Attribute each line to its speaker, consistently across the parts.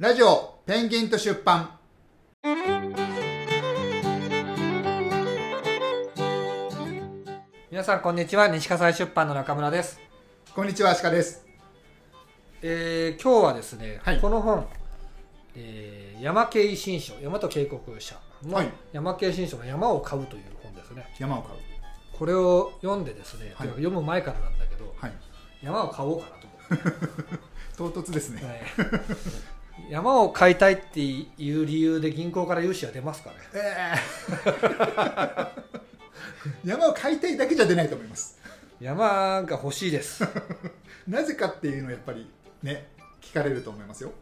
Speaker 1: ラジオ、ペンギンと出版。
Speaker 2: 皆さんこんにちは西葛西出版の中村です、
Speaker 1: こんにちは、アシカです。
Speaker 2: えー今日はですね、
Speaker 1: はい
Speaker 2: この本、えー山系維新書大和渓谷社の
Speaker 1: はい
Speaker 2: 山系維新書の山を買うという本ですね
Speaker 1: 山を買う。
Speaker 2: これを読んでですね、
Speaker 1: はい
Speaker 2: というか読む前からなんだけど
Speaker 1: はい。
Speaker 2: 山を買おうかなと思っ
Speaker 1: 唐突です
Speaker 2: て、
Speaker 1: ね。
Speaker 2: はい山を買いたいっていう理由で銀行から融資は出ますかね
Speaker 1: えー 山を買いたいだけじゃ出ないと思います。
Speaker 2: 山が欲しいです
Speaker 1: なぜかっていうのをやっぱりね、聞かれると思いますよ。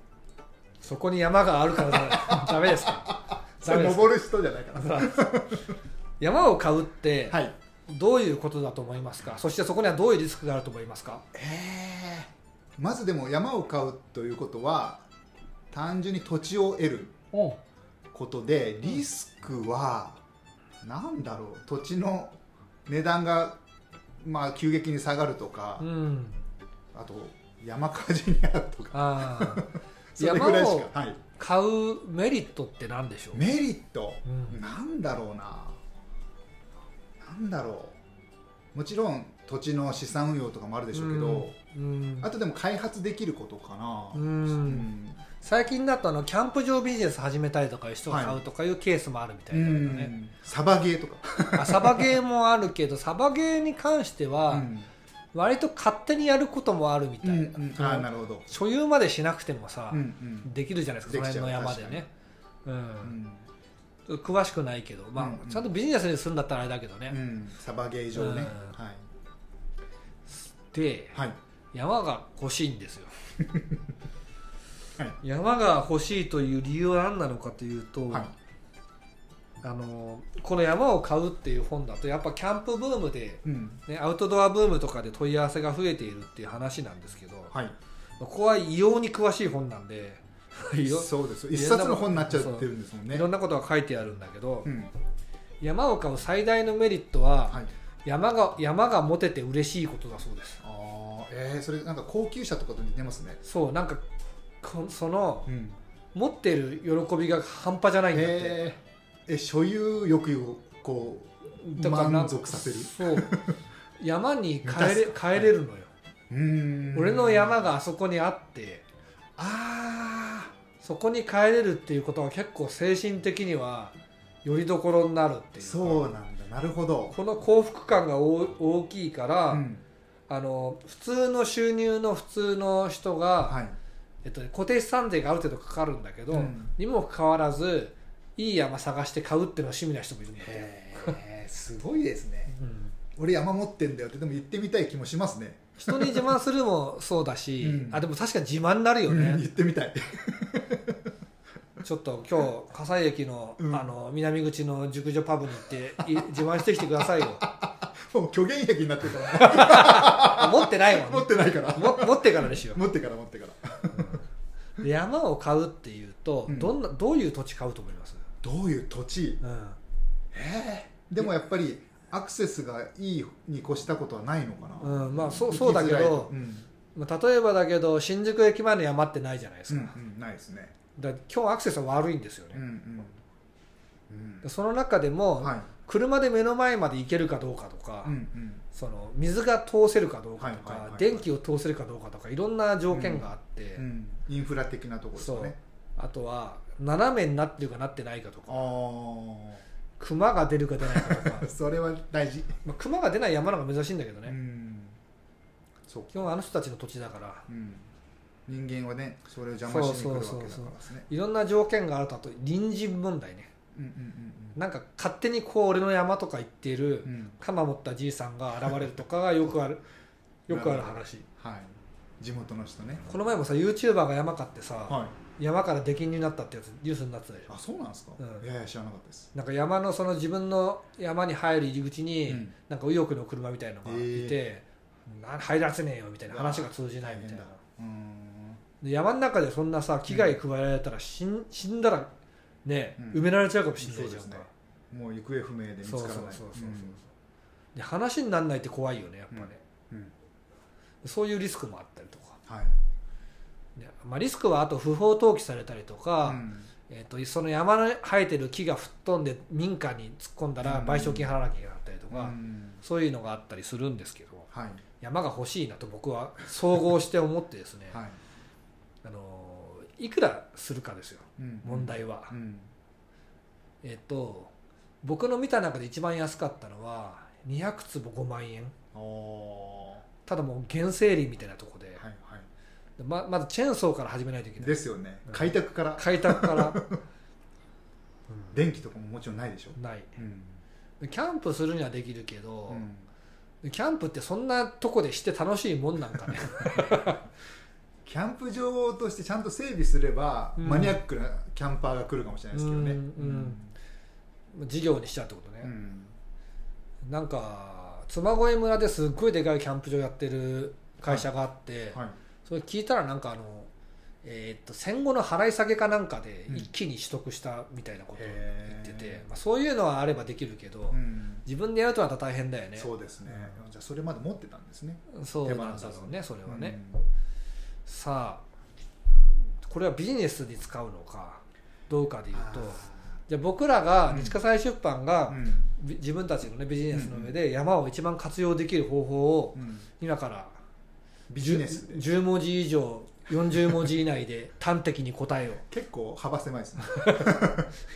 Speaker 2: そこに山があるからだダメですか
Speaker 1: そ
Speaker 2: ダ
Speaker 1: れ
Speaker 2: メです
Speaker 1: 登る人じゃないからさ。
Speaker 2: 山を買うって、
Speaker 1: はい。
Speaker 2: どういうことだと思いますかそしてそこにはどういうリスクがあると思いますか
Speaker 1: えーまずでも山を買うということは、単純に土地を得る
Speaker 2: お
Speaker 1: ことでリスクはなんだろう土地の値段がまあ急激に下がるとか、
Speaker 2: うん
Speaker 1: あと山火事にあるとか
Speaker 2: ああ
Speaker 1: それぐらいし
Speaker 2: 山を
Speaker 1: か、はい、
Speaker 2: 買うメリットって何でしょう
Speaker 1: メリット、
Speaker 2: うん
Speaker 1: なんだろうななんだろうもちろん土地の資産運用とかもあるでしょうけど、
Speaker 2: うん
Speaker 1: あとでも開発できることかな、
Speaker 2: うん
Speaker 1: うん
Speaker 2: 最近だとあのキャンプ場ビジネス始めたりとかいう人が買うとかいうケースもあるみたいだけどね、
Speaker 1: サバゲーとか、
Speaker 2: あサバゲーもあるけどサバゲーに関して
Speaker 1: う
Speaker 2: は
Speaker 1: ん
Speaker 2: 割と勝手にやることもあるみた
Speaker 1: う
Speaker 2: い
Speaker 1: ん
Speaker 2: な,、
Speaker 1: うんあーなるほど、
Speaker 2: 所有までしなくてもさ、
Speaker 1: うんうん
Speaker 2: できるじゃないですか
Speaker 1: でき
Speaker 2: そ
Speaker 1: ちゃ
Speaker 2: の
Speaker 1: う
Speaker 2: 辺の山でねう、
Speaker 1: うんん
Speaker 2: ちょっと詳しくないけど、まあ
Speaker 1: うんうん
Speaker 2: ちゃんとビジネスにするんだったらあれだけどね、
Speaker 1: うん、サバゲー場ね、
Speaker 2: うん
Speaker 1: はい、
Speaker 2: で
Speaker 1: はい、
Speaker 2: 山が欲しいんですよ
Speaker 1: はい
Speaker 2: 山が欲しいという理由は何なのかというと、
Speaker 1: はい
Speaker 2: あのこの「山を買う」っていう本だとやっぱキャンプブームで、
Speaker 1: うん、
Speaker 2: ね、アウトドアブームとかで問い合わせが増えているっていう話なんですけど、
Speaker 1: はい、
Speaker 2: ここは異様に詳しい本な んで いろ
Speaker 1: そうです、一冊の本になっちゃってるんですもんね
Speaker 2: いろ。んなことが書いてあるんだけど、
Speaker 1: うん、
Speaker 2: 山を買う最大のメリットは、
Speaker 1: はい、
Speaker 2: 山が山が持てて嬉しいことだそうです
Speaker 1: ああ、えー、それなんか高級車とかと似てますね。
Speaker 2: そうなんかこその
Speaker 1: うん、
Speaker 2: 持ってる喜びが半端じゃないんだって、
Speaker 1: えー、え、所有欲をこ
Speaker 2: だから
Speaker 1: 満足させる
Speaker 2: そう山に 帰
Speaker 1: 満たす
Speaker 2: れ帰れるのよ、
Speaker 1: う、うーん、
Speaker 2: 俺の山、があそこにあってあーそこに帰れるっていうことは結構精神的にはよりどころになるっていうか
Speaker 1: そうなんだ、なるほど。
Speaker 2: この幸福感が大大きいから、
Speaker 1: うん、
Speaker 2: あの普通の収入の普通の人が、
Speaker 1: はい、
Speaker 2: えっとね、固定資産税がある程度かかるんだけど、
Speaker 1: うん
Speaker 2: にもかかわらずいい山探して買うっていうのは趣味な人もいるんだって、
Speaker 1: えー、すごいですね。
Speaker 2: うん
Speaker 1: 俺山持ってんだよってでも言ってみたい気もしますね。
Speaker 2: 人に自慢するもそうだし、
Speaker 1: うん
Speaker 2: あでも確かに自慢になるよ
Speaker 1: うん
Speaker 2: ね
Speaker 1: 言、ってみたい。
Speaker 2: ちょっと今日葛西駅の,、
Speaker 1: うん
Speaker 2: あの南口の熟女パブに行ってい 自慢してきてくださいよ
Speaker 1: もう虚言癖になってるから、
Speaker 2: あ持ってないも
Speaker 1: 持っ
Speaker 2: んね
Speaker 1: てないから。
Speaker 2: も持ってからでしよ
Speaker 1: 持ってから持ってから
Speaker 2: で山を買うっていうと、
Speaker 1: うん
Speaker 2: どんなどういう土地買うと思います、
Speaker 1: どういう土地
Speaker 2: うん、
Speaker 1: でもやっぱりアクセスがいいに越したことはないのかな、
Speaker 2: うんまあそう
Speaker 1: 行き
Speaker 2: そうだけ
Speaker 1: づらいと
Speaker 2: ど
Speaker 1: うん
Speaker 2: まあ例えばだけど新宿駅前の山ってないじゃないです
Speaker 1: うん
Speaker 2: か,、
Speaker 1: うんないですね
Speaker 2: だから今日アクセスは悪いんですよ
Speaker 1: うん
Speaker 2: ね、
Speaker 1: うん
Speaker 2: その中で
Speaker 1: う
Speaker 2: も、
Speaker 1: んはい
Speaker 2: 車で目の前まで行けるかどうかとか、
Speaker 1: うんうん
Speaker 2: その水が通せるかどうかと
Speaker 1: はいはいはい
Speaker 2: か
Speaker 1: はい
Speaker 2: 電気を通せるかどうかとかいろんな条件があって、
Speaker 1: うんインフラ的なところです
Speaker 2: そ
Speaker 1: か
Speaker 2: う
Speaker 1: ね
Speaker 2: あとは斜めになってるかなってないかとか
Speaker 1: あ
Speaker 2: クマが出るか出ないか とか
Speaker 1: あそれは大事、
Speaker 2: まあクマが出ない山なんか珍しいんだけど
Speaker 1: う
Speaker 2: ね、
Speaker 1: んそう
Speaker 2: 基本あの人たちの土地だから
Speaker 1: うん人間はねそれを邪魔しに来るわけだからですね
Speaker 2: そうそういろんな条件があるとあと隣人問題ね
Speaker 1: うんうん
Speaker 2: なんか勝手にこう俺の山とか言ってる
Speaker 1: うんうんうん
Speaker 2: 鎌持ったじいさんが現れるとかがよく あるよくある
Speaker 1: なる
Speaker 2: 話
Speaker 1: はい地元の人ね
Speaker 2: この前もさ YouTuber が山買ってさ、
Speaker 1: はい
Speaker 2: 山から出禁になったってやつニュースになってたでしょ
Speaker 1: あそうなんですか、
Speaker 2: うん
Speaker 1: いやいや知らなかったです
Speaker 2: なんか山のその自分の山に入る入り口に、
Speaker 1: うん
Speaker 2: なんか右翼の車みたいのがいて、な入らせねえよみたいな
Speaker 1: うわ
Speaker 2: 話が通じないみたいな
Speaker 1: 大うん
Speaker 2: で山の中でそんなさ危害加えられたら死ん死んだらね、
Speaker 1: うん
Speaker 2: 埋められちゃうかもしれないじゃん
Speaker 1: そう
Speaker 2: か、
Speaker 1: もう行方不明で見つ
Speaker 2: そう
Speaker 1: か
Speaker 2: そう
Speaker 1: ら
Speaker 2: そう
Speaker 1: な
Speaker 2: そう
Speaker 1: い
Speaker 2: そう、で話にならないって怖いよねやっぱね、
Speaker 1: うんうん
Speaker 2: そういうリスクもあったりとか
Speaker 1: はい
Speaker 2: でまあ、リスクはあと不法投棄されたりとか、
Speaker 1: うん
Speaker 2: えー、とその山の生えてる木が吹っ飛んで民家に突っ込んだら
Speaker 1: うん
Speaker 2: 賠償金払わなきゃいけなかったりとか、
Speaker 1: うん
Speaker 2: そういうのがあったりするんですけど
Speaker 1: はい
Speaker 2: 山が欲しいなと僕は総合して思ってですね、
Speaker 1: はい
Speaker 2: あのーいくらするかですよ
Speaker 1: うん
Speaker 2: 問題は、
Speaker 1: うん
Speaker 2: えっ、と僕の見た中で一番安かったのは200坪5万円
Speaker 1: おお
Speaker 2: ただもう原生林みたいなとこで
Speaker 1: ー、はいは
Speaker 2: ままずチェーンソーから始めないといけ
Speaker 1: い
Speaker 2: ない
Speaker 1: ですよね
Speaker 2: うん
Speaker 1: 開拓から
Speaker 2: 開拓から
Speaker 1: 電気とかももちろんないでしょ
Speaker 2: うんない
Speaker 1: うん
Speaker 2: でキャンプするにはできるけど、
Speaker 1: うん
Speaker 2: でキャンプってそんなとこでして楽しいもんなん かね
Speaker 1: キャンプ場としてちゃんと整備すれば
Speaker 2: うん
Speaker 1: マニアックなキャンパーが来るかもしれないですけどね
Speaker 2: うん事業にしちゃうってこと
Speaker 1: う
Speaker 2: ね、
Speaker 1: ん
Speaker 2: なんか嬬恋村ですっごいでかいキャンプ場やってる会社があって、
Speaker 1: はい
Speaker 2: それ聞いたらなんかあの、えーっと戦後の払い下げかなんかで
Speaker 1: うん
Speaker 2: 一気に取得したみたいなことを言ってて、
Speaker 1: へー
Speaker 2: まあ、そういうのはあればできるけど、
Speaker 1: うん
Speaker 2: 自分でやるとまた大変だよね
Speaker 1: そうですね
Speaker 2: う
Speaker 1: じゃあそれまで持ってたんですね
Speaker 2: そう
Speaker 1: 手
Speaker 2: なん
Speaker 1: 放
Speaker 2: だろ
Speaker 1: さず
Speaker 2: うねそれはね、
Speaker 1: うん
Speaker 2: さあこれはビジネスに使うのかどうかで言うとじゃあ僕らが
Speaker 1: うん
Speaker 2: 日華再出版
Speaker 1: あー
Speaker 2: が
Speaker 1: う、
Speaker 2: び自分たちの、ね、ビジネスの上で山を一番活用できる方法を
Speaker 1: んうん
Speaker 2: 今から
Speaker 1: ビジネスで
Speaker 2: 10, 10文字以上40文字以内で端的に答えを
Speaker 1: 結構幅狭いですね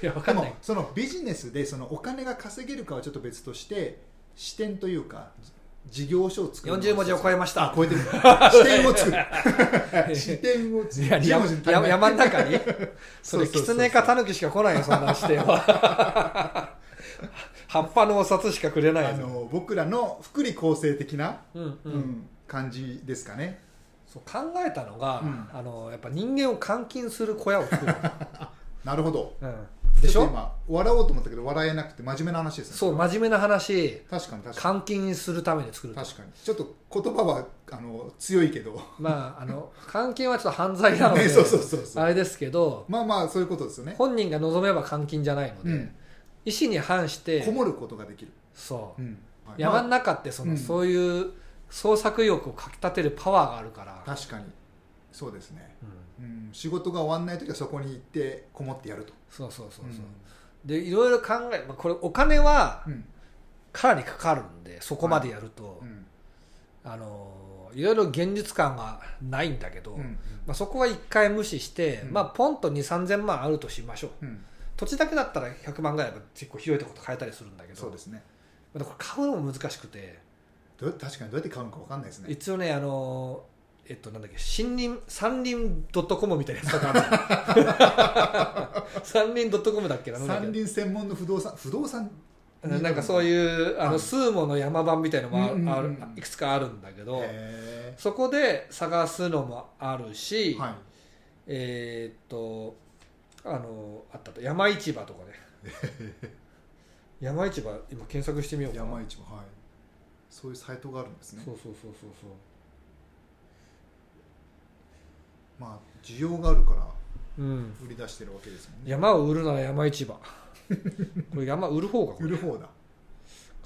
Speaker 2: いや分
Speaker 1: で
Speaker 2: かん
Speaker 1: も
Speaker 2: ない
Speaker 1: そのビジネスでそのお金が稼げるかはちょっと別として視点というか事業所を作る
Speaker 2: 40文字を超えました
Speaker 1: あ超えて る視点を作る視点を作
Speaker 2: い
Speaker 1: る10
Speaker 2: や
Speaker 1: 文字に足り
Speaker 2: 山
Speaker 1: ない
Speaker 2: 山の中 にそれ
Speaker 1: そうそうそうそう
Speaker 2: 狐かタヌキしか来ないよそんな視点は 葉っぱのお札しかくれない
Speaker 1: あ
Speaker 2: よ
Speaker 1: の僕らの福利厚生的な、
Speaker 2: うんう
Speaker 1: うんん、感じですかね
Speaker 2: そう考えたのが、
Speaker 1: うん
Speaker 2: あのやっぱ人間を監禁する小屋 を作る、
Speaker 1: なるほど
Speaker 2: うん、で
Speaker 1: ち
Speaker 2: し
Speaker 1: っと
Speaker 2: ょ
Speaker 1: 今笑おうと思ったけど笑えなくて真面目な話ですね
Speaker 2: そう真面目な話
Speaker 1: 確かに確か
Speaker 2: 監禁するために作る
Speaker 1: に
Speaker 2: と
Speaker 1: 確かにちょっと言葉はあの強いけど、
Speaker 2: まああの監禁はちょっと犯罪なので、
Speaker 1: ね、そうそうそうそう
Speaker 2: あれですけど
Speaker 1: まあまあそういうことですよね、
Speaker 2: 本人が望めば監禁じゃないので、
Speaker 1: うん、
Speaker 2: 意思に反して
Speaker 1: こもることができる、
Speaker 2: そう、
Speaker 1: うんはい
Speaker 2: 山
Speaker 1: ま
Speaker 2: の中ってその、
Speaker 1: うん
Speaker 2: そういう創作意欲をかきたてるパワーがあるから
Speaker 1: あ、確かにそうですね、
Speaker 2: うん、
Speaker 1: うん、仕事が終わんない時はそこに行ってこもってやると
Speaker 2: そうそうそうそう、でいろいろ考え、まあ、これお金は
Speaker 1: うんうん
Speaker 2: かなりかかるんでそこまでやると、
Speaker 1: うん
Speaker 2: あのいろいろ現実感がないんだけど、
Speaker 1: うん
Speaker 2: まあ、そこは一回無視して、
Speaker 1: うん
Speaker 2: まあ、ポンと2 3 0 0 0万あるとしましょ
Speaker 1: う
Speaker 2: う
Speaker 1: ん
Speaker 2: 土地だけだったら100万ぐらいは結構広いとこと買えたりするんだけど
Speaker 1: そうですね
Speaker 2: まあこれ買うのも難しくて
Speaker 1: どう確かにどうやって買うのか分かんないですね
Speaker 2: 一応ねあのえっとなんだっけ森林山林 .com みたい な やつとかあるの山林 .com だっけななんだっけ
Speaker 1: 山林専門の不動産不動産
Speaker 2: なんかそういうあ
Speaker 1: う
Speaker 2: の
Speaker 1: ん
Speaker 2: スーモの山版みたいのもあ,、
Speaker 1: うんうんうん
Speaker 2: あるいくつかあるんだけど
Speaker 1: へ
Speaker 2: そこで探すのもあるし、
Speaker 1: ーはい
Speaker 2: えーっとあのあったと山市場とかね 山市場今検索してみようかな
Speaker 1: 山市もはいそういうサイトがあるんですね
Speaker 2: そうそうそうそうそう
Speaker 1: まあ需要があるから
Speaker 2: うん、
Speaker 1: 売り出してるわけですもんね
Speaker 2: 山を売るなら山市場 これ山売る方かこ
Speaker 1: 売
Speaker 2: れ
Speaker 1: る方だ、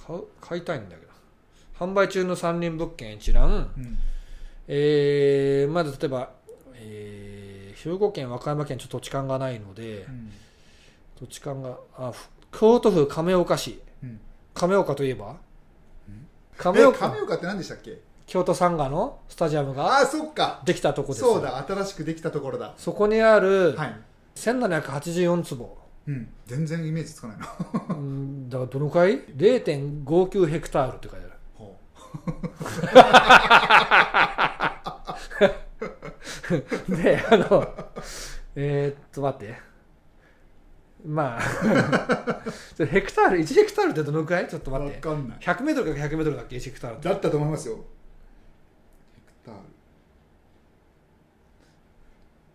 Speaker 2: 買う買いたいんだけど販売中の山林物件一覧
Speaker 1: うん、
Speaker 2: えーまず例えば、えー兵庫県和歌山県ちょっと土地勘がないので
Speaker 1: うん
Speaker 2: 土地勘があふ京都府亀岡市
Speaker 1: うん
Speaker 2: 亀岡といえば
Speaker 1: ん
Speaker 2: 亀
Speaker 1: え
Speaker 2: 岡
Speaker 1: 亀岡って何でしたっけ
Speaker 2: 京都サンガのスタジアムが
Speaker 1: ああそっか
Speaker 2: できたとこです
Speaker 1: そうだ新しくできたところだ
Speaker 2: そこにある
Speaker 1: はい、
Speaker 2: 1784坪、
Speaker 1: うん、全然イメージつかないな
Speaker 2: うんだからどのくらい ?0.59 ヘクタールって書いてある
Speaker 1: ほ
Speaker 2: であのえーっと待ってまあ それヘクタール1ヘクタールってどのくらいちょっと
Speaker 1: う
Speaker 2: 待っ
Speaker 1: 分
Speaker 2: て
Speaker 1: かんない
Speaker 2: 100m か 100m だっけ1ヘクタールって
Speaker 1: だったと思いますよヘクタール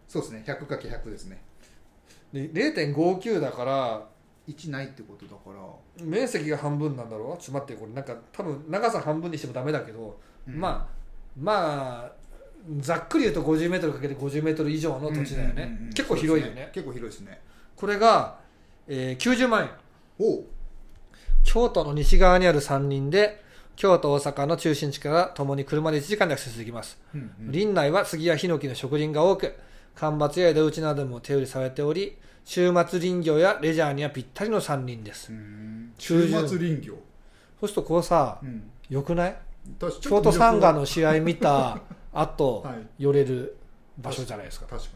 Speaker 1: そうですね 100×100 ですね
Speaker 2: で0.59だから
Speaker 1: 1ないってことだから、
Speaker 2: 面積が半分なんだろうちょっと待ってこれなんか多分長さ半分にしてもダメだけど、
Speaker 1: うん
Speaker 2: まあまあざっくり言うと 50m×50m 以上の土地だよね、
Speaker 1: うんうんうん
Speaker 2: 結構広いよ
Speaker 1: そう
Speaker 2: ね
Speaker 1: です結構広いですね
Speaker 2: これが、えー90万円
Speaker 1: おう
Speaker 2: 京都の西側にある山林で京都大阪の中心地からともに車で1時間でアクセスできます、
Speaker 1: うんうん
Speaker 2: 林内は杉やヒノキの植林が多く間伐や枝打ちなども手売りされており週末林業やレジャーにはぴったりの山林です、
Speaker 1: うん
Speaker 2: 中
Speaker 1: 週
Speaker 2: 旬
Speaker 1: 末林業、
Speaker 2: そうするとこうさ
Speaker 1: うん、
Speaker 2: よくない
Speaker 1: 私ちょ
Speaker 2: 京
Speaker 1: っと
Speaker 2: 都
Speaker 1: 魅力
Speaker 2: サンガ
Speaker 1: は
Speaker 2: の試合見た後、
Speaker 1: はい
Speaker 2: 寄れる場所じゃないですか
Speaker 1: 確か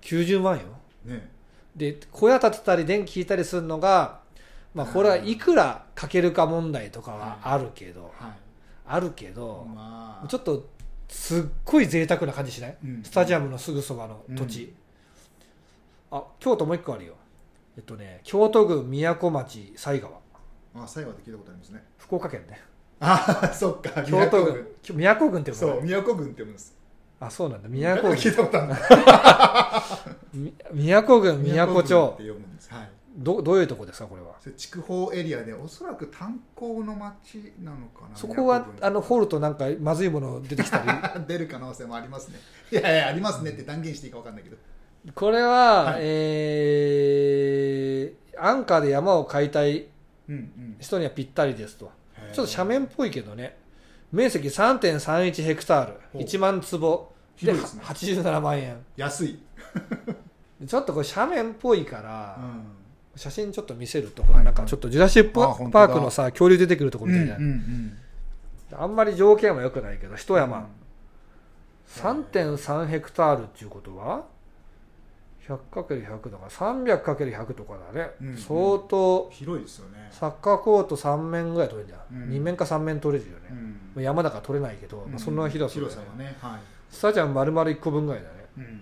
Speaker 2: 90万よ
Speaker 1: にね
Speaker 2: で小屋建てたり電気引いたりするのがまあこれはいくらかけるか問題とかはあるけど、
Speaker 1: はい
Speaker 2: あるけど、
Speaker 1: まあ
Speaker 2: ちょっとすっごい贅沢な感じしない、
Speaker 1: うん
Speaker 2: スタジアムのすぐそばの土地、あ京都もう一個あるよえっとね京都郡宮古町犀川
Speaker 1: あ最後まで聞いたことありますね
Speaker 2: 福岡県ね
Speaker 1: ああそっか
Speaker 2: 京都
Speaker 1: 宮
Speaker 2: 郡き宮古郡って
Speaker 1: 古
Speaker 2: 呼
Speaker 1: そ
Speaker 2: ばれ
Speaker 1: う
Speaker 2: る
Speaker 1: 宮古郡って言うんです
Speaker 2: あそうなんだ宮
Speaker 1: だか
Speaker 2: 古
Speaker 1: ら聞 い
Speaker 2: 郡
Speaker 1: たこと あるんだ
Speaker 2: み宮古郡宮古
Speaker 1: 宮っ
Speaker 2: 町
Speaker 1: て読むんですはい
Speaker 2: どどういうとこですかこれは
Speaker 1: それ筑豊エリアでおそらく炭鉱の町なのかな
Speaker 2: そこ
Speaker 1: 宮
Speaker 2: は
Speaker 1: 古郡
Speaker 2: あの掘るとなんかまずいもの出て きたり
Speaker 1: 出る可能性もありますねいやいやありますねって断言していいか分かんないけど
Speaker 2: これは、
Speaker 1: はい
Speaker 2: えー、安価で山を解体
Speaker 1: うんうん
Speaker 2: 人にはぴったりですとちょっと斜
Speaker 1: 面
Speaker 2: 面っぽいけどね面積3.31ヘクター
Speaker 1: ほ
Speaker 2: ル
Speaker 1: う
Speaker 2: 1万坪で
Speaker 1: 広いですね
Speaker 2: 87万円
Speaker 1: 安い、
Speaker 2: ちょっとこれ斜面っぽいか
Speaker 1: う
Speaker 2: ら、
Speaker 1: ん、
Speaker 2: 写真ちょっと見せるとほら
Speaker 1: はい
Speaker 2: なんかちょっとジュラシック
Speaker 1: あ
Speaker 2: パ
Speaker 1: 本当
Speaker 2: パ
Speaker 1: だ
Speaker 2: ークのさ恐竜出てくるとこ
Speaker 1: う
Speaker 2: ろ
Speaker 1: ん
Speaker 2: み
Speaker 1: う
Speaker 2: た
Speaker 1: ん
Speaker 2: いうな、
Speaker 1: ん
Speaker 2: あんまり条件は良くないけど一山、3.3ヘクタールっていうことは 100×100 だから 300×100 とかだね、
Speaker 1: うんうん
Speaker 2: 相当
Speaker 1: 広いですよね、
Speaker 2: サッカーコート3面ぐらい取れるんじゃん、
Speaker 1: うん
Speaker 2: 2面か3面取れるよね、
Speaker 1: うん
Speaker 2: まあ山だから取れないけど、まあ、そんな広さだよ
Speaker 1: 広さはねは
Speaker 2: スタジアム丸々1個分ぐらいだね
Speaker 1: い、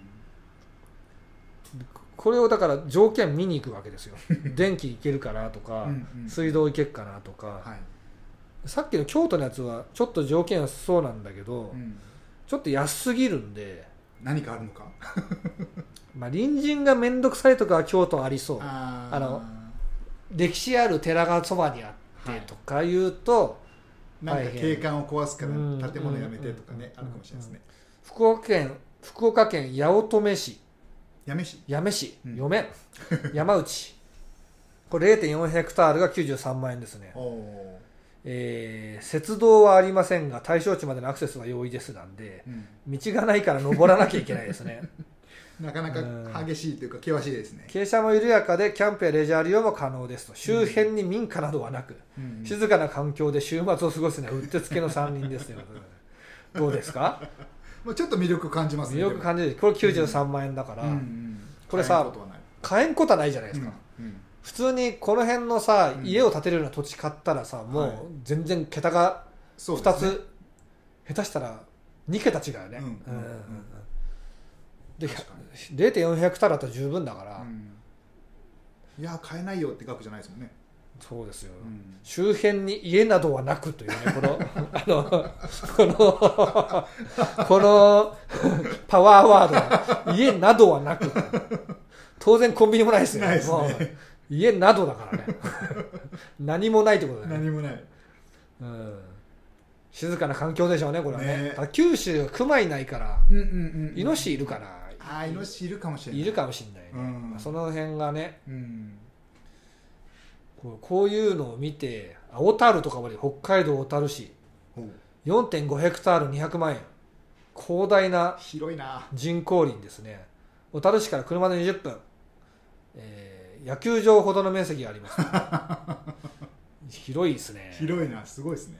Speaker 1: うん、
Speaker 2: これをだから条件見に行くわ けですよ電気いけるかなとか、
Speaker 1: うんうん
Speaker 2: 水道いけるかなとか、
Speaker 1: はい、
Speaker 2: さっきの京都のやつはちょっと条件はそうなんだけど、
Speaker 1: うん、
Speaker 2: ちょっと安すぎるんで、
Speaker 1: 何かあるのか
Speaker 2: まあ、隣人が面倒くさいとかは京都ありそう
Speaker 1: あー
Speaker 2: あの歴史ある寺がそばにあっ
Speaker 1: は
Speaker 2: て
Speaker 1: い
Speaker 2: とかいうと、
Speaker 1: なんか景観を壊すか
Speaker 2: うん
Speaker 1: ら建物やめてとかね、あ
Speaker 2: うん
Speaker 1: るかもしれないですね、
Speaker 2: 福岡県福岡県八乙女市
Speaker 1: やめし
Speaker 2: 八女市、
Speaker 1: うん
Speaker 2: 四面山内これ0.4ヘクタールが93万円ですね
Speaker 1: おお
Speaker 2: えー雪道はありませんが対象地までのアクセスは容易ですなんで
Speaker 1: ー、うん、
Speaker 2: 道がないから登らなきゃいけないです ね
Speaker 1: なかなか激しいというか険しいですね、
Speaker 2: 傾斜も緩やかでキャンプやレジャー利用も可能ですと周辺に民家などはなく、
Speaker 1: うん
Speaker 2: 静かな環境で週末を過ごすにはうってつけの山林ですよどうですか
Speaker 1: もうちょっと魅力感じますね
Speaker 2: よく感じるこれ93万円だから、
Speaker 1: じうんうん、
Speaker 2: これさ
Speaker 1: 変えることはない
Speaker 2: 買えんことはないじゃないですか、
Speaker 1: うんうん
Speaker 2: 普通にこの辺のさ
Speaker 1: うん
Speaker 2: 家を建てるような土地買ったらさ、もう
Speaker 1: はい
Speaker 2: 全然桁が
Speaker 1: そう
Speaker 2: 2
Speaker 1: です
Speaker 2: つ、
Speaker 1: ね
Speaker 2: 下手したら2桁違うよね、
Speaker 1: うん
Speaker 2: うんうんうんで
Speaker 1: 確か
Speaker 2: 0.4ヘクタールだったら十分だから、
Speaker 1: うんいや買えないよって額じゃないですもんね、
Speaker 2: そうですよ、
Speaker 1: うん
Speaker 2: 周辺に家などはなくというね このあのこのこのパワーワードが家などはなく当然コンビニもないですよ
Speaker 1: ないですね
Speaker 2: もう家などだか らね何もないってことだね、
Speaker 1: 何もない
Speaker 2: うん、静かな環境でしょうねこれはね
Speaker 1: ね
Speaker 2: だから九州は熊いないから
Speaker 1: うんうんうん
Speaker 2: イノシシいるから、
Speaker 1: ああイノシシいるかもしれない
Speaker 2: いるかもしれないね、
Speaker 1: うん
Speaker 2: まあその辺がね
Speaker 1: うん
Speaker 2: こうこういうのを見てあ小樽とかまで北海道小樽市
Speaker 1: ほう
Speaker 2: 4.5ヘクタール200万円広大な
Speaker 1: 広いな
Speaker 2: 人工林ですね小樽市から車で20分、えー野球場ほどの面積があります 広いですね
Speaker 1: 広いなすごいですね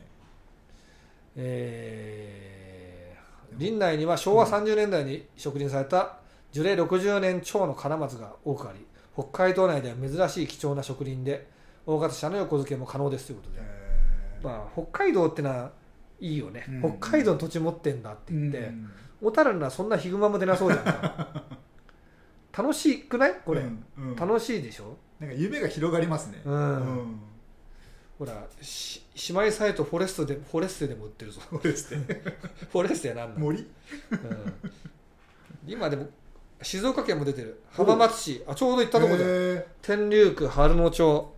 Speaker 2: えー林内には昭和30年代に植林された樹齢60年超のカラマツが多くあり北海道内では珍しい貴重な植林で大型車の横付けも可能ですということで、
Speaker 1: え
Speaker 2: まあ、北海道ってのはいいよね、
Speaker 1: うん
Speaker 2: 北海道の土地持ってんだって言って、
Speaker 1: うん
Speaker 2: 小樽ならそんなヒグマも出なそうじゃ んか楽しくないこれ、
Speaker 1: うんうんなんか
Speaker 2: 楽しいでしょ
Speaker 1: 夢が広がりますね
Speaker 2: うん
Speaker 1: うん
Speaker 2: ほらし姉妹サイトフォレストでフォレステでも売ってるぞ
Speaker 1: 俺ですね
Speaker 2: フォレステなんだ、
Speaker 1: 森
Speaker 2: うん今でも静岡県も出てる浜松市あちょうど行ったとこ
Speaker 1: へ
Speaker 2: で
Speaker 1: ー
Speaker 2: 天竜区春野町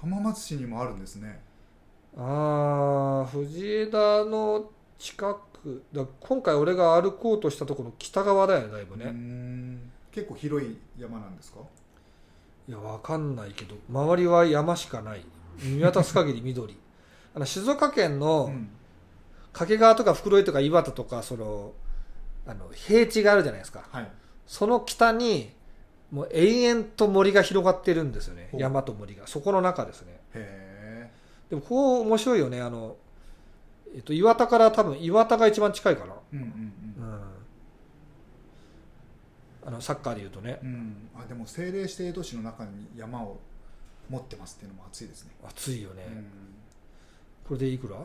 Speaker 1: 浜松市にもあるんですね
Speaker 2: ああ藤枝の近くだ今回俺が歩こうとしたところの北側だよねだいぶね、
Speaker 1: ね結構広い山なんですか
Speaker 2: いやわかんないけど周りは山しかない見渡す限り緑 あの静岡県
Speaker 1: う
Speaker 2: の
Speaker 1: ん
Speaker 2: 掛川とか袋井とか岩田とかそのあの平地があるじゃないですか
Speaker 1: はい
Speaker 2: その北にもう延々と森が広がってるんですよね
Speaker 1: ほう
Speaker 2: 山と森がそこの中ですね
Speaker 1: へ
Speaker 2: でもここ面白いよねあの、えっと、岩田から多分岩田が一番近いかな、
Speaker 1: えうんうん
Speaker 2: うん、あのサッカーでいうとね
Speaker 1: うん、うん、あでも政令指定都市の中に山を持ってますっていうのも熱いですね、
Speaker 2: 暑いよね、
Speaker 1: うん
Speaker 2: これでいくら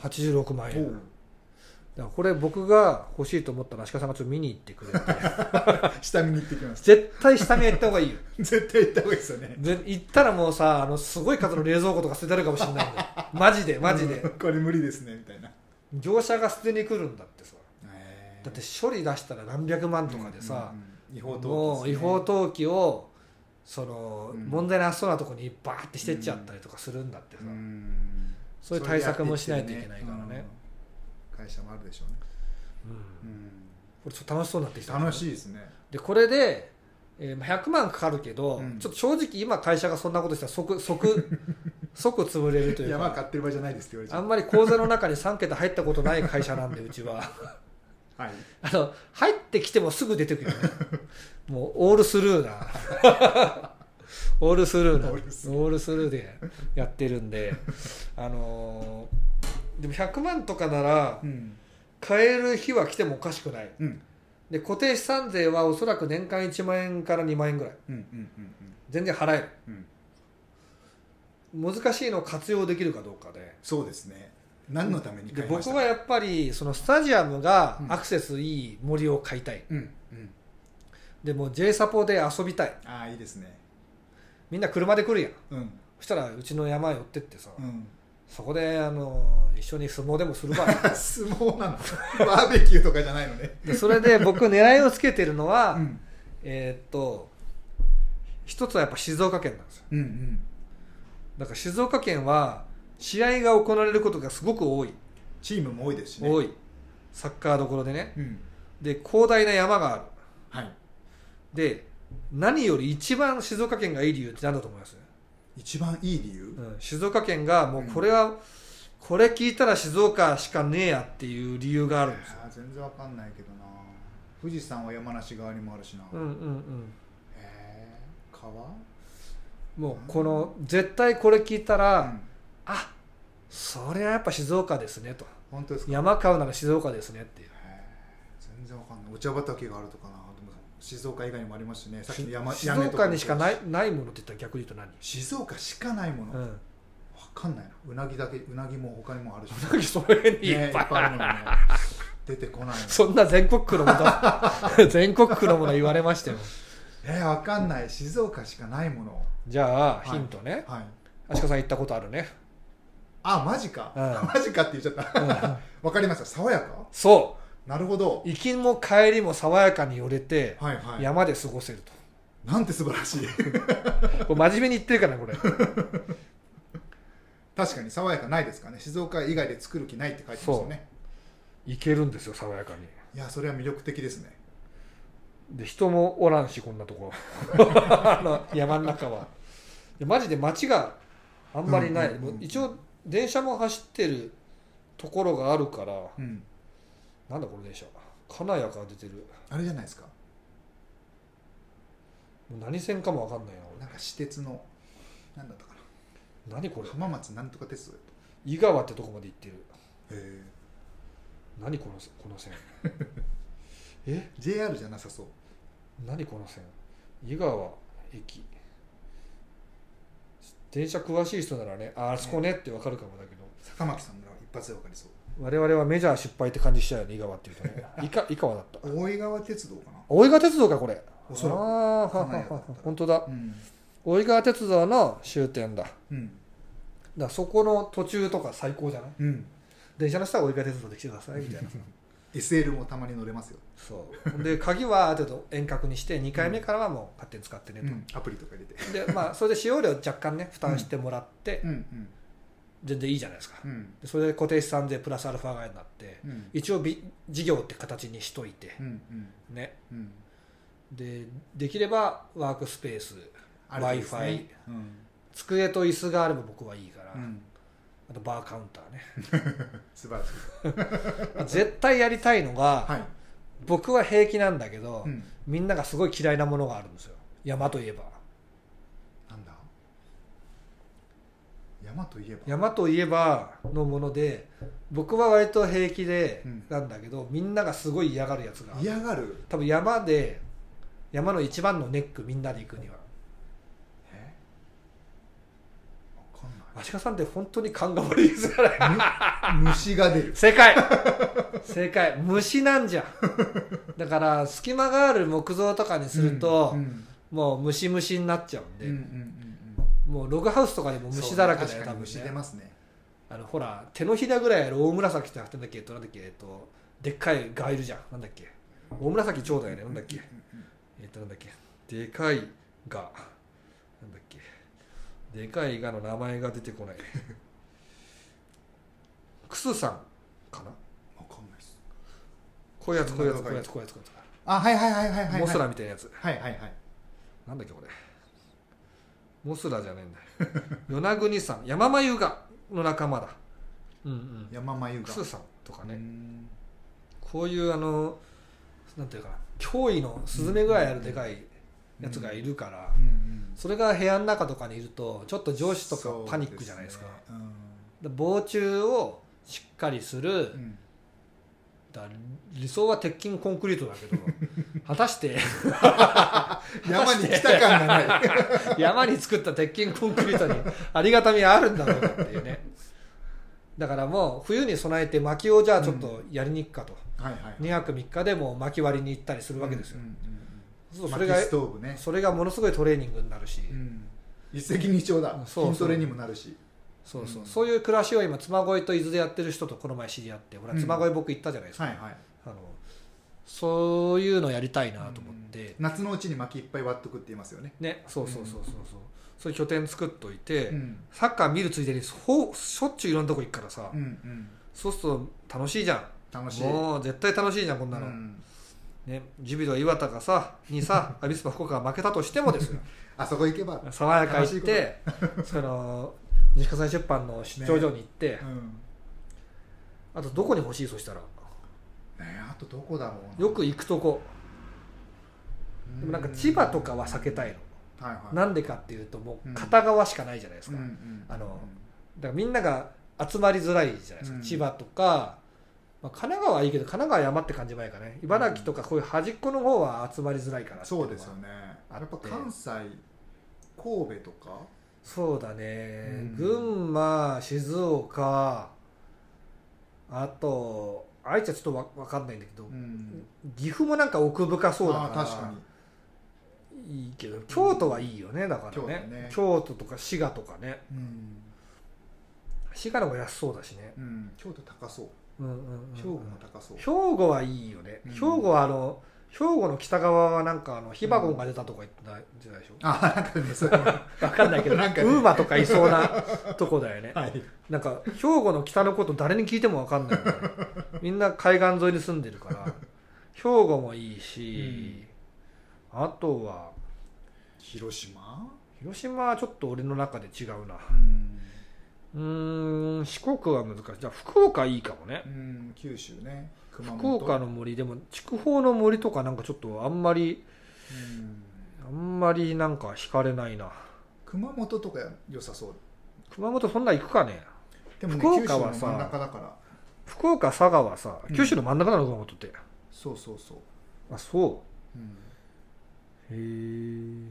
Speaker 2: ?86 万円
Speaker 1: おう
Speaker 2: だからこれ僕が欲しいと思ったら足利さんがちょっと見に行ってくれて
Speaker 1: 下見に行ってきます
Speaker 2: 絶対下見へ行った方がいいよ
Speaker 1: 絶対行った方 がいいですよね
Speaker 2: で行ったらもうさあのすごい数の冷蔵庫とか捨ててあるかもしれないんだよマジでマジで
Speaker 1: うんこれ無理ですねみたいな
Speaker 2: 業者が捨てに来るんだってさ
Speaker 1: へえ
Speaker 2: だって処理出したら何百万とかでさ、
Speaker 1: うんうん違法投
Speaker 2: もう違法投棄をその、
Speaker 1: うん
Speaker 2: 問題なさそうなとこにバーってしてっちゃったりとかするんだってさ、そういう対策もしないといけないからね
Speaker 1: 会社もあるでしょうね、
Speaker 2: うん
Speaker 1: うん
Speaker 2: これちょっと楽しそうになってきた
Speaker 1: 楽しいですね
Speaker 2: でこれで、えーまあ100万かかるけど、
Speaker 1: うん
Speaker 2: ちょっと正直今会社がそんなことしたら 即即即潰れるというか
Speaker 1: 山買ってる場合じゃないですって言われち
Speaker 2: あ
Speaker 1: ゃ
Speaker 2: んまり口座の中に3桁入ったことない会社なんでうちは
Speaker 1: うはい
Speaker 2: あの入ってきてもすぐ出てくる よねもうオールスルーな オールスルーな
Speaker 1: オー
Speaker 2: オ
Speaker 1: ルス
Speaker 2: ールスルーでやってるんであのーでも100万とかなら
Speaker 1: うん、
Speaker 2: 買える日は来てもおかしくない
Speaker 1: うん
Speaker 2: で固定資産税はおそらく年間1万円から2万円ぐらい
Speaker 1: うんうんうん
Speaker 2: 全然払える
Speaker 1: うんうん
Speaker 2: 難しいのを活用できるかどうかで
Speaker 1: そうですね何のために
Speaker 2: で
Speaker 1: 買いまし
Speaker 2: 僕
Speaker 1: たか
Speaker 2: はやっぱりそのスタジアムが
Speaker 1: うん
Speaker 2: アクセスいい森を買いたい、
Speaker 1: うんうん
Speaker 2: でもう J サポで遊びたい
Speaker 1: ああいいですね
Speaker 2: みんな車で来るやん
Speaker 1: うん
Speaker 2: そしたらうちの山寄ってってさ、
Speaker 1: うん
Speaker 2: そこであの一緒に相撲でもするわ
Speaker 1: 相撲なの バーベキューとかじゃないのね
Speaker 2: でそれで僕狙いをつけてるのは、
Speaker 1: うん
Speaker 2: えーっと一つはやっぱ静岡県なんですよ
Speaker 1: うんうん
Speaker 2: だから静岡県は試合が行われることがすごく多い、
Speaker 1: チームも多いですしね
Speaker 2: 多
Speaker 1: い
Speaker 2: いサッカーどころでね
Speaker 1: うん
Speaker 2: で広大な山がある
Speaker 1: はい
Speaker 2: で何より一番静岡県がいい理由って何だと思います、
Speaker 1: 一番いい理由
Speaker 2: うん、静岡県がもうこれは、これ聞いたら静岡しかねえやっていう理由があるんですよ、
Speaker 1: あー全然わかんないけどな富士山は山梨側にもあるしな、
Speaker 2: うんうんうん、
Speaker 1: へえ川、
Speaker 2: もうこの絶対これ聞いたら、
Speaker 1: うん
Speaker 2: あそれはやっぱ静岡ですねと
Speaker 1: 本当ですか
Speaker 2: 山買うなら静岡ですねっていう
Speaker 1: へー全然わかんないお茶畑があるとかなでも静岡以外にもありますしねさっきの山
Speaker 2: 静
Speaker 1: 屋根と
Speaker 2: 岡にしかないいないものって言ったら逆に言うと
Speaker 1: 静岡しかないもの、
Speaker 2: 何、
Speaker 1: わ
Speaker 2: うん、
Speaker 1: かんないなうなぎだけうなぎも他にもあ るし
Speaker 2: さっきその辺に
Speaker 1: ね
Speaker 2: いっぱい,、
Speaker 1: あるものね出て こないの
Speaker 2: そんな全国区のもの 全国区のもの言われましたよ
Speaker 1: えー、わかんない静岡しかないもの
Speaker 2: じゃあ
Speaker 1: い
Speaker 2: ヒントね
Speaker 1: はい
Speaker 2: あしかさん行ったことあるね、
Speaker 1: あマジか、
Speaker 2: うん
Speaker 1: マジかって言っちゃった
Speaker 2: うん
Speaker 1: わかりました爽やか
Speaker 2: そ
Speaker 1: なるほど
Speaker 2: う行きも帰りも爽やかに寄れて、
Speaker 1: はいはい
Speaker 2: 山で過ごせると
Speaker 1: なんて素晴らしい
Speaker 2: これ真面目に言ってるからこれ
Speaker 1: 確かに爽やかないですかね静岡以外で作る気ないって書いてますよね
Speaker 2: 行けるんですよ爽やかに
Speaker 1: いやそれは魅力的ですね
Speaker 2: で人もおらんしこんな とこあの山の中はいやマジで街があんまりない、
Speaker 1: うんうんうんうん
Speaker 2: もう一応電車も走ってるところがあるから
Speaker 1: うん
Speaker 2: なんだこの電車金谷から出てる
Speaker 1: あれじゃないですか
Speaker 2: もう何線かも分かんないな
Speaker 1: なんか私鉄のなんだったか
Speaker 2: 俺何こ
Speaker 1: な
Speaker 2: れ
Speaker 1: 浜松なんとか鉄道へ
Speaker 2: 井川ってとこまで行ってる
Speaker 1: え
Speaker 2: 何このこの線 え
Speaker 1: JR じゃなさそう
Speaker 2: 何この線井川駅電車詳しい人ならねああそこねって分かるかもだけど
Speaker 1: 坂巻さんなら一発で分かりそう
Speaker 2: 我々はメジャー失敗って感じしたよね井川っていうと ねいか井川だった
Speaker 1: 大井川鉄道か
Speaker 2: 大井川鉄道かこれ
Speaker 1: おそらく
Speaker 2: あーはは
Speaker 1: 金谷だ
Speaker 2: は
Speaker 1: った
Speaker 2: 本当だ
Speaker 1: なうん
Speaker 2: 大井川鉄道の終点だだか
Speaker 1: うん
Speaker 2: らそこの途中とか最高じゃない
Speaker 1: うん
Speaker 2: 電車の下は大井川鉄道で来てくださいみ たいな
Speaker 1: SL もたまに乗れますよ、
Speaker 2: そうで鍵はある程度遠隔にして2回目からはもう勝手に使ってね
Speaker 1: うんアプリとか入れて
Speaker 2: と、でまあそれで使用料若干ね負担してもらって、
Speaker 1: うんうん
Speaker 2: 全然いいじゃないですか、
Speaker 1: うん
Speaker 2: でそれで固定資産税プラスアルファがになって
Speaker 1: うん
Speaker 2: 一応び事業って形にしといて
Speaker 1: う、ん
Speaker 2: ね
Speaker 1: うんうん
Speaker 2: でできればワークスペース
Speaker 1: あるといいです
Speaker 2: Wi-Fi
Speaker 1: うん
Speaker 2: 机と椅子があれば僕はいいから、
Speaker 1: うん
Speaker 2: あとバーカウンターね
Speaker 1: 素晴らしい
Speaker 2: 絶対やりたいのが、
Speaker 1: はい、
Speaker 2: 僕は平気なんだけど、
Speaker 1: うん、
Speaker 2: みんながすごい嫌いなものがあるんですよ山といえば
Speaker 1: なんだ山といえば
Speaker 2: 山といえばのもので僕は割と平気で
Speaker 1: うん
Speaker 2: なんだけど、みんながすごい嫌がるやつがある
Speaker 1: 嫌がる
Speaker 2: 多分山で山の一番のネックみんなで行くには
Speaker 1: えわかんない
Speaker 2: 足利さんって本当に勘が悪いですから
Speaker 1: 虫が出る
Speaker 2: 正解正解虫なんじゃんだから隙間がある木造とかにすると、
Speaker 1: うん
Speaker 2: もう虫虫になっちゃうん
Speaker 1: う
Speaker 2: で、
Speaker 1: んうんうん
Speaker 2: もうログハウスとかで
Speaker 1: う
Speaker 2: も
Speaker 1: ん
Speaker 2: 虫だらけ
Speaker 1: そう
Speaker 2: だよ
Speaker 1: ね確
Speaker 2: 多
Speaker 1: かに
Speaker 2: 分
Speaker 1: 虫出
Speaker 2: ね
Speaker 1: ますね
Speaker 2: あのほら手のひらぐらいある大紫ってなってんだっけえっとなんだっけえっとでっかいガエルじゃんなんだっけ大紫蝶だよねなんだっけえっとなんだっけでかいがなんだっけでかいがの名前が出てこないクスさんかな
Speaker 1: わかんないです
Speaker 2: こういうやつこういうやつ
Speaker 1: そ
Speaker 2: こ
Speaker 1: んな
Speaker 2: ういうや
Speaker 1: の
Speaker 2: つこういうやつこういうや
Speaker 1: あはいはいはいはいはい
Speaker 2: つモスラみたいなやつ
Speaker 1: はいはいはい
Speaker 2: なんだっけこれモスラじゃねえんだよ与那国さん山マユガの仲間だうんうん
Speaker 1: 山眉が
Speaker 2: クスさんとかね、
Speaker 1: うん
Speaker 2: こういうあのなんていうかな脅威のスズメぐらいあるでかいやつがいるから、
Speaker 1: うんうん
Speaker 2: それが部屋の中とかにいるとちょっと上司とかパニックじゃないですか
Speaker 1: そうね
Speaker 2: で防虫をしっかりする
Speaker 1: うんうん
Speaker 2: だ理想は鉄筋コンクリートだけど果たして
Speaker 1: 山に来た感がない
Speaker 2: 山に作った鉄筋コンクリートにありがたみあるんだろうかっていうねだからもう冬に備えて薪をじゃあちょっとやりに行くかと、
Speaker 1: はいはい
Speaker 2: 2泊3日でもう薪割りに行ったりするわけですよ、
Speaker 1: うんうんうん
Speaker 2: そうそ
Speaker 1: 薪
Speaker 2: れが
Speaker 1: ストーブね、
Speaker 2: それがものすごいトレーニングになるし、
Speaker 1: うん、一石二鳥だ
Speaker 2: そうそう
Speaker 1: 筋トレにもなるし
Speaker 2: そうそう
Speaker 1: うん
Speaker 2: そういう暮らしを今妻恋と伊豆でやってる人とこの前知り合ってほら
Speaker 1: うん
Speaker 2: 妻恋僕行ったじゃないですか、
Speaker 1: はいはい
Speaker 2: あのそういうのやりたいなと思って
Speaker 1: う、ん夏のうちに薪いっぱい割っとくって言いますよね、
Speaker 2: ねそうそうそうそうそうそういう拠点作っといて、
Speaker 1: うん
Speaker 2: サッカー見るついでにほしょっちゅういろんなとこ行くからさ、
Speaker 1: うんうん、
Speaker 2: そうすると楽しいじゃん
Speaker 1: 楽しい
Speaker 2: もう絶対楽しいじゃんこんなの、
Speaker 1: うん
Speaker 2: ねジュビロ磐田がさ にさアビスパ福岡が負けたとしてもですよ
Speaker 1: あそこ行けば、
Speaker 2: 爽やか行ってその西葛西出版の出張所に行って、
Speaker 1: うん
Speaker 2: あとどこに欲しいそしたら
Speaker 1: ね、あとどこだろう
Speaker 2: よく行くとこでもなんか千葉とかは避けたいの、
Speaker 1: はいはい
Speaker 2: なんでかっていうともううん片側しかないじゃないです
Speaker 1: うん
Speaker 2: か、
Speaker 1: うん
Speaker 2: だかあのらみんなが集まりづらいじゃないですか、
Speaker 1: うん
Speaker 2: 千葉とか、まあ、神奈川はいいけど神奈川は山って感じないかね茨城とかこういう端っこの方は集まりづらいから
Speaker 1: そうですよね
Speaker 2: ねあ
Speaker 1: や
Speaker 2: っ
Speaker 1: ってぱ関西神戸とか
Speaker 2: そうだね、
Speaker 1: うん
Speaker 2: 群馬静岡あと愛知はちょっとわわかんないんだけど、
Speaker 1: ん
Speaker 2: 岐阜もなんか奥深そうだから
Speaker 1: あー確かに
Speaker 2: いいけど京都はいいよねだからね
Speaker 1: 京都ね
Speaker 2: 京都とか滋賀とかね
Speaker 1: うん、
Speaker 2: 滋賀の方が安そうだしね、
Speaker 1: うん、京都高そう
Speaker 2: うんうんうん
Speaker 1: 兵庫も高そう、
Speaker 2: 兵庫はいいよね、
Speaker 1: うん
Speaker 2: 兵庫はあの兵庫の北側はなんかあのヒバゴンが出たとか言ってないじゃないでしょ、
Speaker 1: あなんかね それもは
Speaker 2: わかんないけど
Speaker 1: なんかね
Speaker 2: ウーマとかいそうな とこだよね、
Speaker 1: い
Speaker 2: なんか兵庫の北のこと誰に聞いてもわかんない よね、みんな海岸沿いに住んでるから兵庫もいいし、あとは
Speaker 1: 広島
Speaker 2: 広島はちょっと俺の中で違うな
Speaker 1: うん、
Speaker 2: うーん四国は難しいじゃあ福岡いいかもね
Speaker 1: うん、九州ね熊本
Speaker 2: 福岡の森でも筑豊の森とかなんかちょっとあんまり
Speaker 1: うん
Speaker 2: あんまりなんか惹かれないな
Speaker 1: 熊本とか良さそう
Speaker 2: 熊本そんな行くかね
Speaker 1: でもね
Speaker 2: 福岡は
Speaker 1: 九
Speaker 2: さ
Speaker 1: 州の真ん中だから
Speaker 2: 福岡佐賀はさ
Speaker 1: うん
Speaker 2: 九州の真ん中なの熊本って、
Speaker 1: そうそうそう、
Speaker 2: あそ
Speaker 1: うん、
Speaker 2: うへえ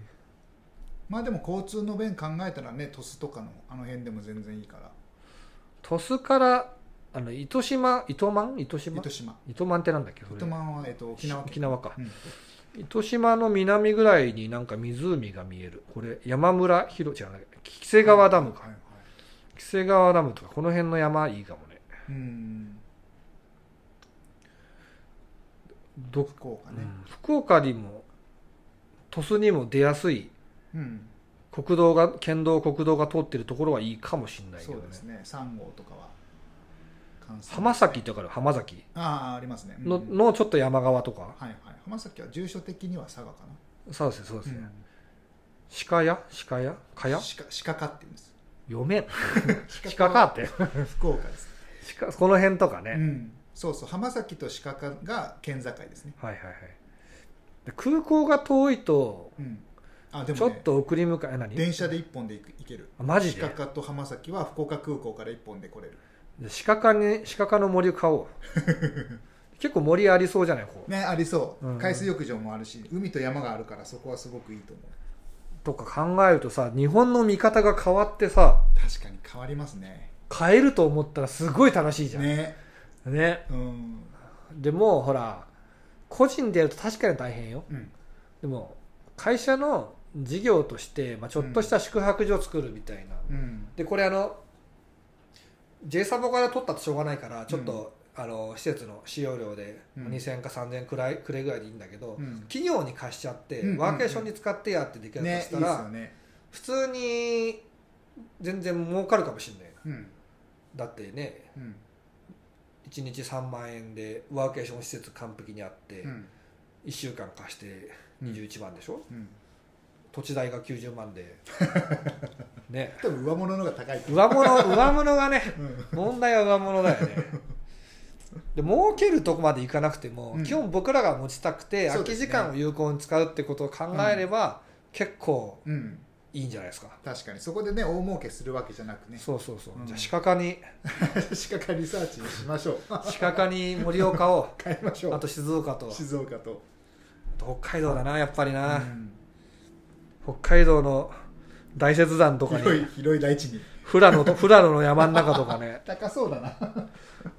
Speaker 1: まあでも交通の便考えたらね鳥栖とかのあの辺でも全然いいから
Speaker 2: 鳥栖からあの糸島糸満糸島
Speaker 1: 糸島
Speaker 2: 糸満ってなんだっけそれ
Speaker 1: 糸満は、えっと、沖縄
Speaker 2: 沖
Speaker 1: 県
Speaker 2: 縄か
Speaker 1: うん
Speaker 2: 糸島の南ぐらいになんか湖が見えるこれ山村広違うな木瀬川ダムか、
Speaker 1: はいはい
Speaker 2: 木瀬川ダムとかこの辺の山いいかもね
Speaker 1: うん
Speaker 2: ど
Speaker 1: 福岡
Speaker 2: う
Speaker 1: ね
Speaker 2: ん福岡にも鳥栖にも出やすい
Speaker 1: うん、
Speaker 2: 国道が県道国道が通ってるところはいいかもしれないけ
Speaker 1: そ
Speaker 2: ど
Speaker 1: う
Speaker 2: ね
Speaker 1: ですね3号とかは関西
Speaker 2: 浜崎ってわかる浜崎
Speaker 1: ああありますねうん
Speaker 2: の,、のちょっと山側とか
Speaker 1: はいはい浜崎は住所的には佐賀かな
Speaker 2: そうですねそうです
Speaker 1: う
Speaker 2: ね、
Speaker 1: ん
Speaker 2: 鹿屋鹿屋かや
Speaker 1: 鹿鹿かっていうんです
Speaker 2: 読めん鹿かって
Speaker 1: 福岡です、
Speaker 2: 鹿この辺とかね、
Speaker 1: うん、そうそう浜崎と鹿かが県境ですね、
Speaker 2: はいはいはいで空港が遠いと
Speaker 1: うん、あでも、
Speaker 2: ちょ
Speaker 1: ね、
Speaker 2: っと送り迎え何
Speaker 1: 電車で1本で行く行ける
Speaker 2: あマジで
Speaker 1: 鹿かと浜崎は福岡空港から1本で来れる
Speaker 2: 鹿かに鹿かの森を買 おう結構森ありそうじゃないこう
Speaker 1: ねありそう、
Speaker 2: うん
Speaker 1: 海水浴場もあるし海と山があるからそこはすごくいいと思う
Speaker 2: とか考えるとさ日本の見方が変わってさ
Speaker 1: 確かに変わりますね
Speaker 2: 変えると思ったらすごい楽しいじゃんね
Speaker 1: ねうん、
Speaker 2: でもほら個人でやると確かに大変よ
Speaker 1: うん、
Speaker 2: でも会社の事業として、まあ、ちょっとした宿泊所作るみたいな、
Speaker 1: うん
Speaker 2: でこれあの J サボから取ったとしょうがないからちょっと、あの施設の使用料で
Speaker 1: うん
Speaker 2: 2000か3000くらいくれぐらいでいいんだけど、
Speaker 1: うん
Speaker 2: 企業に貸しちゃって、
Speaker 1: うんうんうん
Speaker 2: ワーケーションに使ってやってできると
Speaker 1: ねいいっ
Speaker 2: し
Speaker 1: す
Speaker 2: たら、
Speaker 1: よね、
Speaker 2: 普通に全然儲かるかもしれないな
Speaker 1: うん
Speaker 2: だってね
Speaker 1: うん
Speaker 2: 1日3万円でワーケーション施設完璧にあって、
Speaker 1: うん
Speaker 2: 1週間貸して21万でしょ、
Speaker 1: うん、
Speaker 2: 土地代が90万で ね
Speaker 1: 多分上物の方が高いと思う
Speaker 2: 上物上物がね
Speaker 1: うん
Speaker 2: 問題は上物だよねで儲けるとこまでいかなくても、
Speaker 1: うん
Speaker 2: 基本僕らが持ちたくて、
Speaker 1: そうで
Speaker 2: 空き
Speaker 1: すね
Speaker 2: 時間を有効に使うってことを考えれば、結構
Speaker 1: うん、
Speaker 2: いいんじゃないですか、
Speaker 1: 確かにそこでね大儲けするわけじゃなくね
Speaker 2: そうそうそう、
Speaker 1: うん
Speaker 2: じゃあ 鹿科に
Speaker 1: 鹿かリサーチしましょう
Speaker 2: 鹿科に森岡を
Speaker 1: 買いましょ
Speaker 2: あ
Speaker 1: う
Speaker 2: と静岡と
Speaker 1: 静岡と
Speaker 2: 北海道だなやっぱりな、
Speaker 1: うん
Speaker 2: 北海道の大雪山とか
Speaker 1: 広い
Speaker 2: に
Speaker 1: 広い大地に
Speaker 2: 富良野と富良野の山の中とかね
Speaker 1: 高そうだない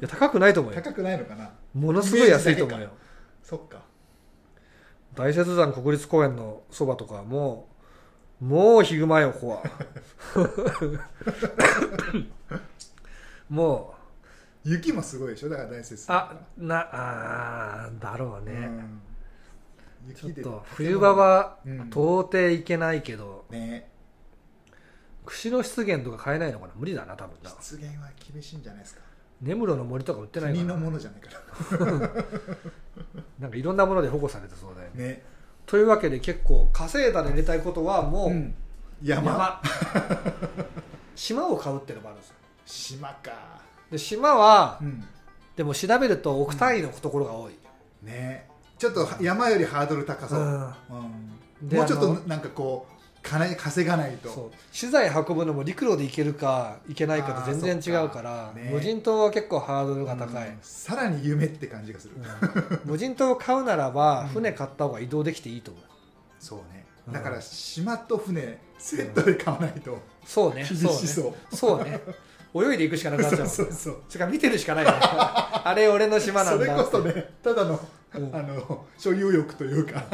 Speaker 2: や高くないと思うよ
Speaker 1: 高くないのかな
Speaker 2: ものすごい安いと思うよ
Speaker 1: そっか
Speaker 2: 大雪山国立公園のそばとかはもうもうヒグマよこ こはもう
Speaker 1: 雪もすごいでしょだから大雪
Speaker 2: あなあーだろう
Speaker 1: う
Speaker 2: ね、
Speaker 1: ん
Speaker 2: ちょっ
Speaker 1: 雪で
Speaker 2: と冬場は
Speaker 1: うん
Speaker 2: 到底行けないけど、
Speaker 1: ね
Speaker 2: 釧路湿原とか買えないのかな無理だな多分な
Speaker 1: 出現は厳しいんじゃないですか
Speaker 2: 根室の森とか売ってないか
Speaker 1: 国
Speaker 2: な
Speaker 1: のものじゃないから
Speaker 2: なんかいろんなもので保護されてそうだよね
Speaker 1: ね
Speaker 2: というわけで結構稼いだでやりたいことはもう、
Speaker 1: うん山
Speaker 2: 島を買うっていうのもあるんですよ
Speaker 1: 島か
Speaker 2: で島は
Speaker 1: うん
Speaker 2: でも調べると億単位のところが多い、
Speaker 1: ねちょっと山よりハードル高そううんうん
Speaker 2: で
Speaker 1: もうちょっ
Speaker 2: あ
Speaker 1: と
Speaker 2: の
Speaker 1: なんかこう金稼がない
Speaker 2: そ
Speaker 1: と
Speaker 2: う資材運ぶのも陸路で行けるか行けないかと全然違うか
Speaker 1: あー
Speaker 2: ら
Speaker 1: そっかね
Speaker 2: 無人島は結構ハードルが高い、
Speaker 1: うんさらに夢って感じがする
Speaker 2: うん無人島を買うならば
Speaker 1: うん
Speaker 2: 船買った方が移動できていいと思う、
Speaker 1: そうね
Speaker 2: うん
Speaker 1: だから島と船セットで買わないと
Speaker 2: そうね
Speaker 1: 厳し
Speaker 2: そうね
Speaker 1: そう
Speaker 2: そうね泳いで行くしかなくなっちゃうもんね
Speaker 1: そうそうそう
Speaker 2: それから見てるしかないよねあれ俺の島な
Speaker 1: そ
Speaker 2: んだ
Speaker 1: れこそねただの
Speaker 2: うん
Speaker 1: あの所有欲というか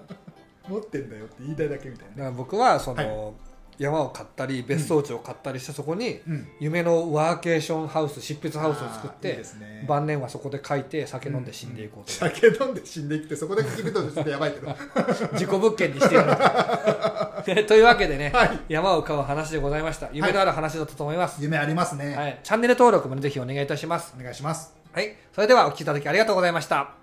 Speaker 1: 持ってんだよって言いたいだけみたい
Speaker 2: だか
Speaker 1: なね
Speaker 2: ら僕はその、山を買ったり別荘地を買ったりして、そこに
Speaker 1: うん
Speaker 2: 夢のワーケーションハウス執筆ハウスを作っ
Speaker 1: あーいい
Speaker 2: て
Speaker 1: ですね
Speaker 2: 晩年はそこで書いて酒飲んで死んでいこうと、
Speaker 1: 酒飲んで死んでいくってそこで聞くとちょっとやばい けど
Speaker 2: 自己物件にしてやる とねというわけで ね、山を買う話でございました夢のある話だったと思います、
Speaker 1: 夢ありますね
Speaker 2: はいチャンネル登録もねぜひお願いいたします
Speaker 1: お願いします
Speaker 2: はいそれではお聞きいただきありがとうございました